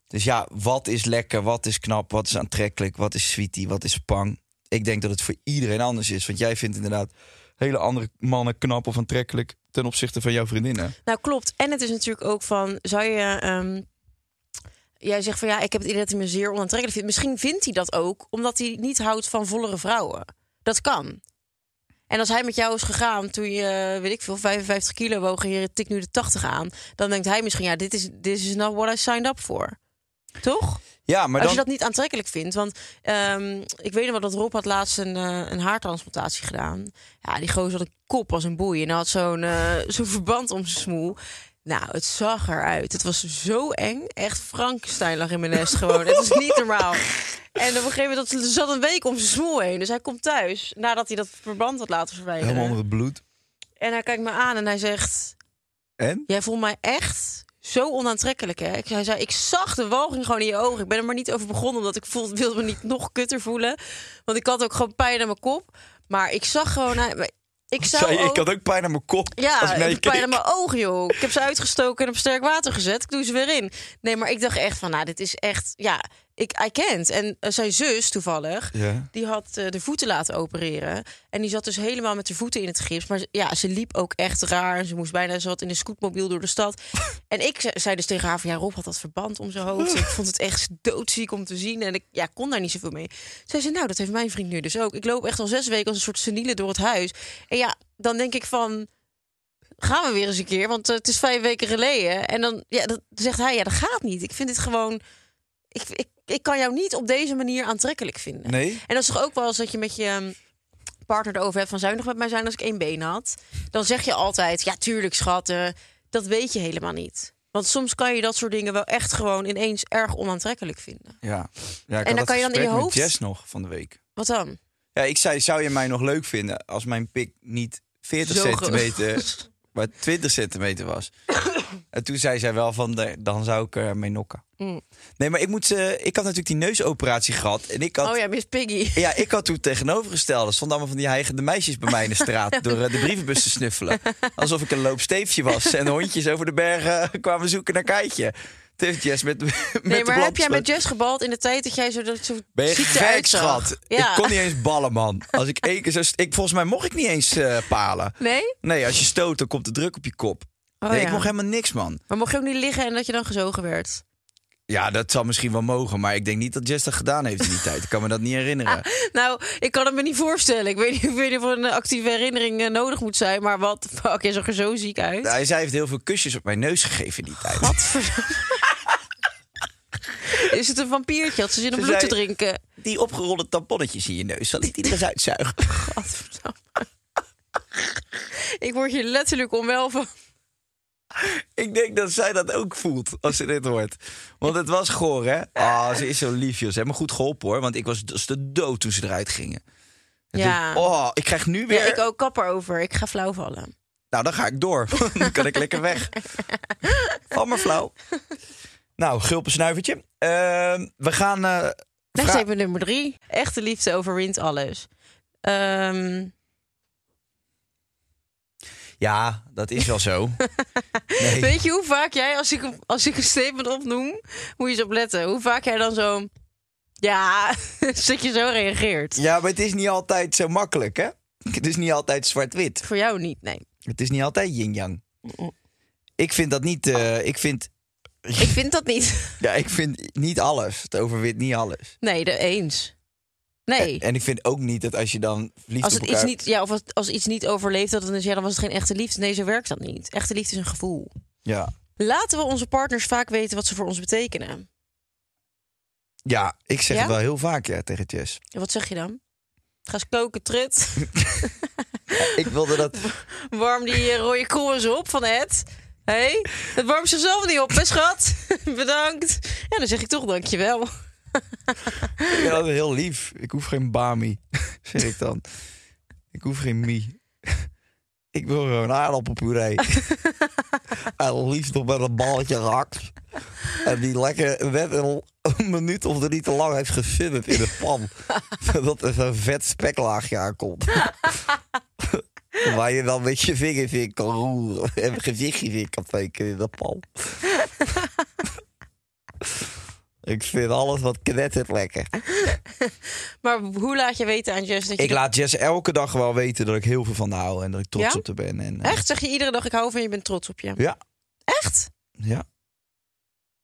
F: Dus ja, wat is lekker, wat is knap, wat is aantrekkelijk, wat is sweetie, wat is pang. Ik denk dat het voor iedereen anders is. Want jij vindt inderdaad hele andere mannen knap of aantrekkelijk ten opzichte van jouw vriendinnen.
B: Nou, klopt. En het is natuurlijk ook van, zou je... ehm, jij zegt van, ja, ik heb het idee dat hij me zeer onaantrekkelijk vindt. Misschien vindt hij dat ook, omdat hij niet houdt van vollere vrouwen. Dat kan. En als hij met jou is gegaan toen je, weet ik veel, 55 kilo woog... en je tikt nu de 80 aan... dan denkt hij misschien, ja, dit is, this is not what I signed up for. Toch?
F: Ja, maar
B: Als
F: dan...
B: je dat niet aantrekkelijk vindt. Want ehm, ik weet nog wel dat Rob had laatst een, eh, een haartransplantatie gedaan. Ja, die gozer had een kop als een boei. En hij had zo'n eh, zo'n verband om zijn smoel. Nou, het zag eruit. Het was zo eng. Echt Frankenstein lag in mijn nest gewoon. Het was niet normaal. En op een gegeven moment dat, er zat een week om zijn smoel heen. Dus hij komt thuis nadat hij dat verband had laten verwijderen.
F: Helemaal onder het bloed.
B: En hij kijkt me aan en hij zegt...
F: En?
B: Jij vond mij echt zo onaantrekkelijk, hè? Ik, hij zei, ik zag de walging gewoon in je ogen. Ik ben er maar niet over begonnen, omdat ik voelde, wilde me niet nog kutter voelen. Want ik had ook gewoon pijn aan mijn kop. Maar ik zag gewoon... hij- maar Ik zou
F: Zei je,
B: ook-
F: ik had ook pijn aan mijn kop. als
B: ja,
F: ik
B: ik
F: naar je
B: heb pijn
F: keek.
B: aan mijn ogen, joh. Ik heb ze uitgestoken en op sterk water gezet. Ik doe ze weer in. Nee, maar ik dacht echt van, nou, dit is echt... Ja, ik, I can't. En eh, zijn zus, toevallig,
F: Ja.
B: die had eh, de voeten laten opereren. En die zat dus helemaal met de voeten in het gips. Maar ze- ja, ze liep ook echt raar. En ze moest bijna zo wat in een scootmobiel door de stad. en ik ze- zei dus tegen haar van... Ja, Rob had dat verband om zijn hoofd. ik vond het echt doodziek om te zien. En ik ja, kon daar niet zoveel mee. Zij zei, nou, dat heeft mijn vriend nu dus ook. Ik loop echt al zes weken als een soort seniele door het huis. En ja, dan denk ik van... Gaan we weer eens een keer, want eh, het is vijf weken geleden. En dan ja, dat, zegt hij, ja, dat gaat niet. Ik vind dit gewoon... Ik, ik, ik kan jou niet op deze manier aantrekkelijk vinden.
F: Nee?
B: En dat is toch ook wel eens dat je met je ehm, partner erover hebt van zou je nog met mij zijn als ik één been had? Dan zeg je altijd, ja tuurlijk schat, eh, dat weet je helemaal niet. Want soms kan je dat soort dingen wel echt gewoon ineens erg onaantrekkelijk vinden.
F: Ja. ja
B: dan
F: ik had dat
B: kan je dan in je
F: gesprek met
B: hoofd-
F: Jess nog van de week.
B: Wat dan?
F: Ja, ik zei, zou je mij nog leuk vinden als mijn pik niet 40
B: Zo groot.
F: centimeter, maar 20 centimeter was? en toen zei zij wel van, "Nee, dan zou ik ermee nokken.
B: Mm.
F: Nee, maar ik, moet, ze- ik had natuurlijk die neusoperatie gehad. En ik had,
B: Oh ja, Miss Piggy.
F: Ja, ik had toen tegenovergesteld. Er stonden allemaal van die heigende meisjes bij mij in de straat... door eh, de brievenbus te snuffelen. Alsof ik een loopsteefje was. En hondjes over de bergen kwamen zoeken naar Kaatje. Toen heeft Jess met, met
B: Nee,
F: de
B: maar heb jij
F: bladsleutel-
B: met Jess gebald in de tijd dat jij zo, dat zo
F: ben je
B: ziek
F: gek,
B: eruit zag?
F: schat?
B: Ja.
F: Ik kon niet eens ballen, man. Als ik één keer zo... st- Ik, volgens mij mocht ik niet eens eh, palen.
B: Nee?
F: Nee, als je stoot, dan komt de druk op je kop.
B: Oh,
F: nee,
B: ja.
F: ik mocht helemaal niks, man.
B: Maar mocht je ook niet liggen en dat je dan gezogen werd?
F: Ja, dat zal misschien wel mogen. Maar ik denk niet dat Jess dat gedaan heeft in die tijd. Ik kan me dat niet herinneren.
B: Nou, ik kan het me niet voorstellen. Ik weet niet, ik weet niet of er een eh, actieve herinnering eh, nodig moet zijn. Maar wat, de fuck, je zag er zo ziek uit.
F: Hij zei, hij heeft heel veel kusjes op mijn neus gegeven in die tijd.
B: Is het een vampiertje? Had ze zin om
F: Ze
B: bloed te
F: zei-
B: drinken?
F: Die opgerolde tamponnetjes in je neus, zal ik die er eens uitzuigen?
B: Gadverdamme. Ik word hier letterlijk onwel van.
F: ik denk dat zij dat ook voelt als ze dit hoort. Want het was goor, hè? Ah, ze is zo lief, joh. Ze hebben me goed geholpen, hoor. Want ik was dus de dood toen ze eruit gingen. En
B: Ja.
F: toen- oh, ik krijg nu weer...
B: Ja, ik ook kapper over. Ik ga flauw vallen.
F: Nou, dan ga ik door. dan kan ik lekker weg. Val maar flauw. Nou, gulpensnuivertje. Ehm, we gaan... eh,
B: Next
F: vra-
B: even nummer drie. Echte liefde overwint alles. Ehm,
F: Ja, dat is wel zo. Nee.
B: Weet je hoe vaak jij, als ik, als ik een statement opnoem, moet je eens op letten. Hoe vaak jij dan zo... Ja, dat je zo reageert.
F: Ja, maar het is niet altijd zo makkelijk, hè? Het is niet altijd zwart-wit.
B: Voor jou niet, nee.
F: Het is niet altijd yin-yang. Ik vind dat niet. eh, ik, vind,
B: Ik vind dat niet.
F: ja, ik vind niet alles. Het overwint niet alles.
B: Nee, de eens. Nee.
F: En ik vind ook niet dat als je dan verliefd
B: Als
F: op
B: het
F: Eh, elkaar...
B: iets niet, ja, of als, als iets niet overleeft, dan, is, ja, dan was het geen echte liefde. Nee, zo werkt dat niet. Echte liefde is een gevoel.
F: Ja.
B: Laten we onze partners vaak weten wat ze voor ons betekenen.
F: ja, ik zeg
B: Ja?
F: het wel heel vaak ja, tegen Jess.
B: En wat zeg je dan? Ga eens koken, trut.
F: Ik wilde dat...
B: Warm die eh, rode kool eens op van Ed. Hé, hey, het warmt zichzelf niet op, hè schat? Bedankt. Ja, dan zeg ik toch dankjewel.
F: Ja, dat is heel lief. Ik hoef geen bami, zeg ik dan. Ik hoef geen mie. Ik wil gewoon aardappelpuree. en liefst nog met een balletje gehakt. En die lekker net een, een minuut of drie te lang heeft gefibberd in de pan. Zodat er zo'n vet speklaagje aankomt. Waar je dan met je vingers in kan roeren. En gezichtjes in kan tekenen in de pan. Ik vind alles wat knettert lekker.
B: Maar hoe laat je weten aan Jess dat je...
F: Ik laat Jess elke dag wel weten dat ik heel veel van haar hou en dat ik trots
B: Ja?
F: op haar ben. En, eh,
B: Echt, zeg je iedere dag ik hou van je, je bent trots op je.
F: Ja,
B: Echt?
F: ja.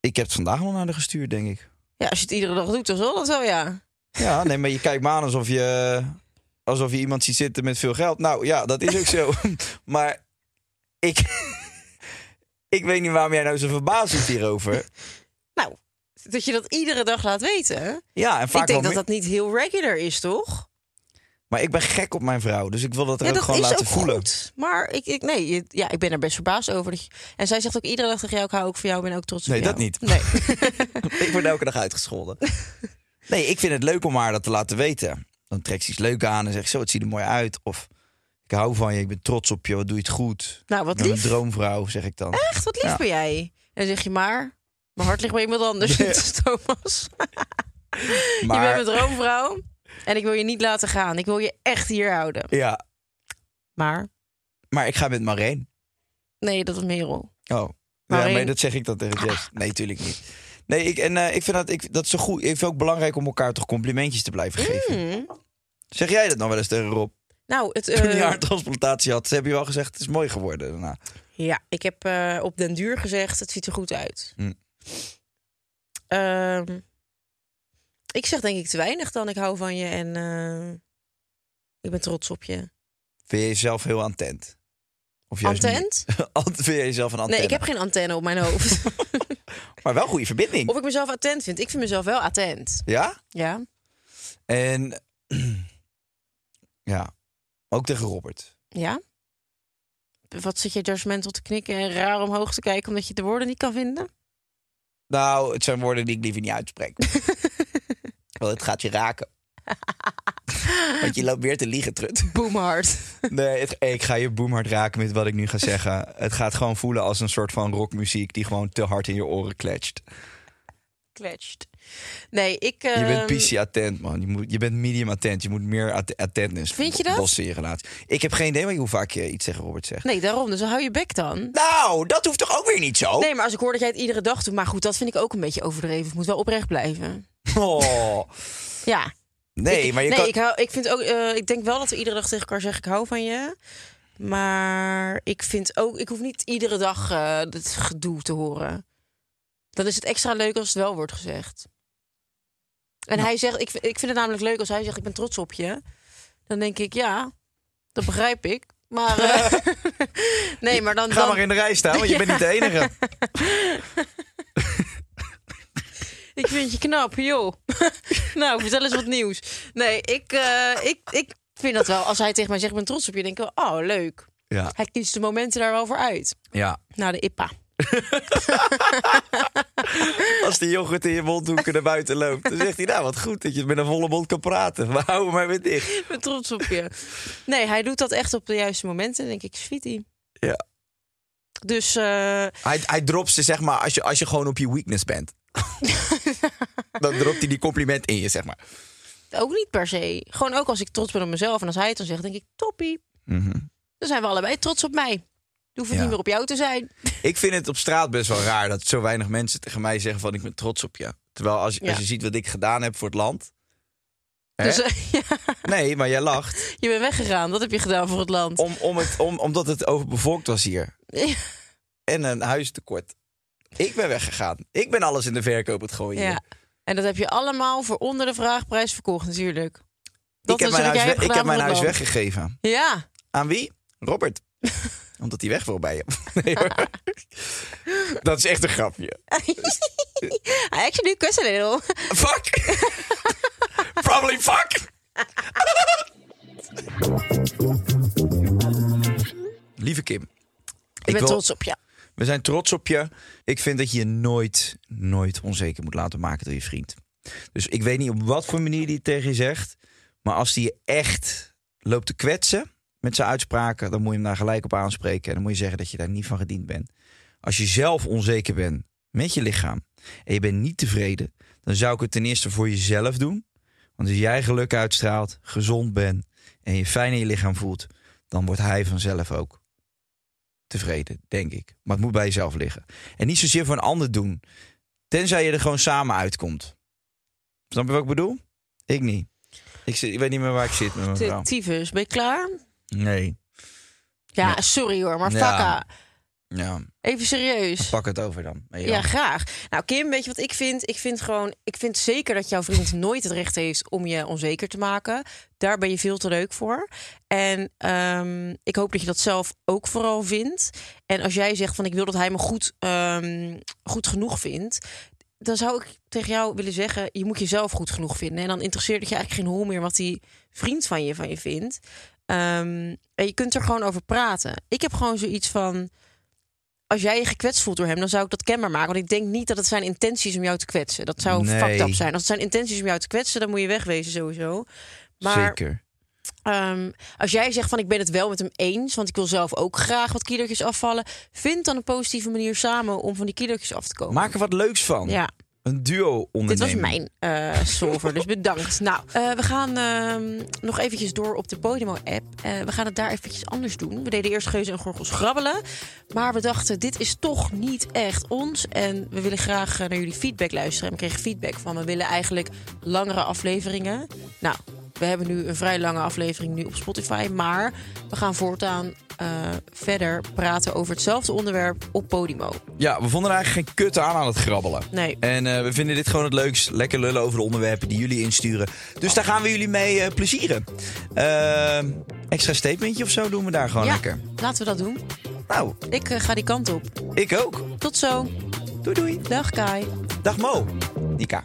F: Ik heb het vandaag nog naar haar gestuurd, denk ik.
B: Ja, als je het iedere dag doet, dan zal dat wel, ja.
F: Ja, nee, maar je kijkt me aan alsof je, alsof je iemand ziet zitten met veel geld. Nou ja, dat is ook zo. maar ik, ik weet niet waarom jij nou zo verbaasd is hierover.
B: Nou, echt dat je dat iedere dag laat weten.
F: Ja, en vaak
B: ik denk
F: wel
B: dat
F: meer-
B: dat niet heel regular is, toch?
F: Maar ik ben gek op mijn vrouw, dus ik wil dat er
B: Ja,
F: ook
B: dat
F: gewoon
B: is
F: laten
B: ook
F: voelen.
B: goed. Maar ik, ik, nee, je- ja, ik ben er best verbaasd over. Dat je- en zij zegt ook iedere dag tegen jou, ik hou ook van jou, ik ben ook trots op
F: Nee,
B: jou.
F: dat niet.
B: Nee.
F: Ik word elke dag uitgescholden. Nee, ik vind het leuk om haar dat te laten weten. Dan trekt ze iets leuk aan en zegt zo, het ziet er mooi uit. Of ik hou van je, ik ben trots op je, wat doe je het goed.
B: Nou, wat
F: Ik ben
B: lief.
F: Een droomvrouw, zeg ik dan.
B: Echt, wat lief
F: Ja.
B: ben jij. En dan zeg je maar, mijn hart ligt bij iemand anders,
F: Ja.
B: Dit is Thomas.
F: Maar
B: Je bent mijn droomvrouw en ik wil je niet laten gaan. Ik wil je echt hier houden.
F: ja,
B: Maar,
F: maar ik ga met Marijn.
B: nee, dat is Merel.
F: Oh,
B: Maureen-
F: ja, nee, dat zeg ik dan tegen Jess. Nee, tuurlijk niet. Nee, ik, en eh, ik vind dat, ik, dat zo goed. Ik vind het ook belangrijk om elkaar toch complimentjes te blijven geven.
B: Hmm.
F: Zeg jij dat nou wel eens tegen Rob?
B: Nou, het,
F: Toen
B: eh,
F: je haar transplantatie had, ze hebben je wel gezegd, het is mooi geworden daarna.
B: ja, ik heb eh, op den duur gezegd, het ziet er goed uit.
F: Hmm.
B: Ehm, ik zeg denk ik te weinig dan, ik hou van je en eh, ik ben trots op je.
F: Vind je jezelf heel antent? Of juist niet?
B: Antent?
F: Ant- Vind jij jezelf een antenne?
B: Nee, ik heb geen antenne op mijn hoofd.
F: Maar wel goede verbinding.
B: of ik mezelf attent vind. Ik vind mezelf wel attent.
F: Ja?
B: Ja.
F: En... ja. Ook tegen Robert.
B: Ja? Wat zit je judgmental te knikken en raar omhoog te kijken omdat je de woorden niet kan vinden?
F: Nou, het zijn woorden die ik liever niet uitspreek. Want het gaat je raken. Want je loopt weer te liegen, trut.
B: Boomhard.
F: Nee, het- ik ga je boemhard raken met wat ik nu ga zeggen. Het gaat gewoon voelen als een soort van rockmuziek... die gewoon te hard in je oren kletscht.
B: Kletcht. Nee, ik.
F: Je
B: ehm,
F: bent PC attent, man. Je, moet, je bent medium attent. Je moet meer att attentness
B: Vind je dat?
F: bossen in je relatie. Ik heb geen idee maar hoe vaak je iets tegen Robert zegt.
B: Nee, daarom. Dus hou je bek dan.
F: Nou, dat hoeft toch ook weer niet zo?
B: Nee, maar als ik hoor dat jij het iedere dag doet. Maar goed, dat vind ik ook een beetje overdreven. Het moet wel oprecht blijven.
F: Oh.
B: Ja.
F: Nee,
B: Ik-
F: maar je
B: nee,
F: kan...
B: ik, hou, ik, vind ook, eh, ik denk wel dat we iedere dag tegen elkaar zeggen: ik hou van je. Maar ik vind ook, ik hoef niet iedere dag eh dit gedoe te horen. Dan is het extra leuk als het wel wordt gezegd. En
F: Nou.
B: hij zegt: ik, vind- ik vind het namelijk leuk als hij zegt: ik ben trots op je. Dan denk ik: ja, dat begrijp ik. Maar eh, nee, maar dan,
F: Ga
B: dan
F: maar in de rij staan, want je bent niet de enige.
B: ik vind je knap, joh. nou, vertel eens wat nieuws. Nee, ik, eh, ik, ik vind dat wel. Als hij tegen mij zegt: ik ben trots op je, denk ik: wel, oh, leuk.
F: Ja,
B: Hij kiest de momenten daar wel voor uit.
F: ja.
B: Naar de IPA.
F: Als die yoghurt in je mondhoeken naar buiten loopt... dan zegt hij, nou, wat goed dat je met een volle mond kan praten. We houden maar weer dicht.
B: Ik ben trots op je. Nee, hij doet dat echt op de juiste momenten. Dan denk ik, sweetie.
F: Ja.
B: Dus eh,
F: Hij, hij dropt ze, zeg maar, als je, als je gewoon op je weakness bent. dan dropt hij die compliment in je, zeg maar.
B: ook niet per se. Gewoon ook als ik trots ben op mezelf. En als hij het dan zegt, denk ik, toppie.
F: Mhm.
B: Dan zijn we allebei trots op mij. Dan hoef ik
F: Ja.
B: niet meer op jou te zijn.
F: Ik vind het op straat best wel raar dat zo weinig mensen tegen mij zeggen van ik ben trots op je. Terwijl als,
B: Ja.
F: als je ziet wat ik gedaan heb voor het land. Hè?
B: Dus eh, ja,
F: Nee, maar jij lacht.
B: je bent weggegaan. Dat heb je gedaan voor het land.
F: Om, om het, om, omdat het overbevolkt was hier. En een huistekort. Ik ben weggegaan. Ik ben alles in de verkoop het gooien. hier.
B: Ja. En dat heb je allemaal voor onder de vraagprijs verkocht natuurlijk.
F: ik heb
B: is
F: mijn
B: wat
F: huis,
B: jij
F: we-
B: hebt
F: ik heb
B: gedaan
F: mijn
B: voor
F: huis
B: het land.
F: weggegeven.
B: Ja.
F: Aan wie? Robert. omdat hij weg wil bij je. Nee, hoor. Dat is echt een grapje.
B: I actually kussen a little.
F: Fuck. Probably fuck. Lieve Kim.
B: Ik ben
F: wil- Oh.
B: trots op je.
F: We zijn trots op je. Ik vind dat je je nooit, nooit onzeker moet laten maken door je vriend. Dus ik weet niet op wat voor manier die het tegen je zegt. Maar als die je echt loopt te kwetsen met zijn uitspraken... dan moet je hem daar gelijk op aanspreken. En dan moet je zeggen dat je daar niet van gediend bent. Als je zelf onzeker bent met je lichaam... en je bent niet tevreden... dan zou ik het ten eerste voor jezelf doen. Want als jij geluk uitstraalt, gezond bent... en je fijn in je lichaam voelt... dan wordt hij vanzelf ook tevreden, denk ik. Maar het moet bij jezelf liggen. En niet zozeer voor een ander doen. Tenzij je er gewoon samen uitkomt. Snap je wat ik bedoel? Ik niet. Ik, zit, ik weet niet meer waar ik zit met mijn vrouw.
B: Tyfus, ben je klaar?
F: Nee.
B: Ja, sorry hoor, maar
F: Ja.
B: vakka.
F: Ja,
B: Even serieus.
F: pak het over dan. Nee,
B: Ja.
F: joh.
B: graag. Nou, Kim, weet je wat ik vind? Ik vind gewoon, ik vind zeker dat jouw vriend nooit het recht heeft om je onzeker te maken. Daar ben je veel te leuk voor. En ehm, ik hoop dat je dat zelf ook vooral vindt. En als jij zegt van ik wil dat hij me goed, ehm, goed genoeg vindt. dan zou ik tegen jou willen zeggen: je moet jezelf goed genoeg vinden. En dan interesseert het je eigenlijk geen hol meer wat die vriend van je van je vindt. Ehm, en je kunt er gewoon over praten. Ik heb gewoon zoiets van. Als jij je gekwetst voelt door hem, dan zou ik dat kenbaar maken. Want ik denk niet dat het zijn intenties om jou te kwetsen. Dat zou
F: Nee.
B: fucked up zijn. Als het zijn intenties om jou te kwetsen, dan moet je wegwezen sowieso. Maar
F: Zeker.
B: Ehm, als jij zegt van ik ben het wel met hem eens, want ik wil zelf ook graag wat kilootjes afvallen, vind dan een positieve manier samen om van die kilootjes af te komen.
F: Maak er wat leuks van.
B: ja,
F: Een duo ondernemen.
B: dit was mijn eh solver, dus bedankt. Nou, eh, we gaan ehm, nog eventjes door op de Podimo-app. Eh, we gaan het daar eventjes anders doen. We deden eerst geuzen en gorgels grabbelen, maar we dachten dit is toch niet echt ons en we willen graag eh, naar jullie feedback luisteren. En we kregen feedback van we willen eigenlijk langere afleveringen. Nou, we hebben nu een vrij lange aflevering nu op Spotify. Maar we gaan voortaan eh, verder praten over hetzelfde onderwerp op Podimo.
F: Ja, we vonden er eigenlijk geen kut aan aan het grabbelen.
B: Nee.
F: En eh, we vinden dit gewoon het leukst. Lekker lullen over de onderwerpen die jullie insturen. Dus daar gaan we jullie mee eh, plezieren. Eh, extra statementje of zo doen we daar gewoon
B: ja,
F: oh, lekker.
B: laten we dat doen.
F: Nou,
B: Ik eh, ga die kant op.
F: ik ook.
B: Tot zo.
F: Doei doei.
B: Dag Kai.
F: Dag Mo. Nika.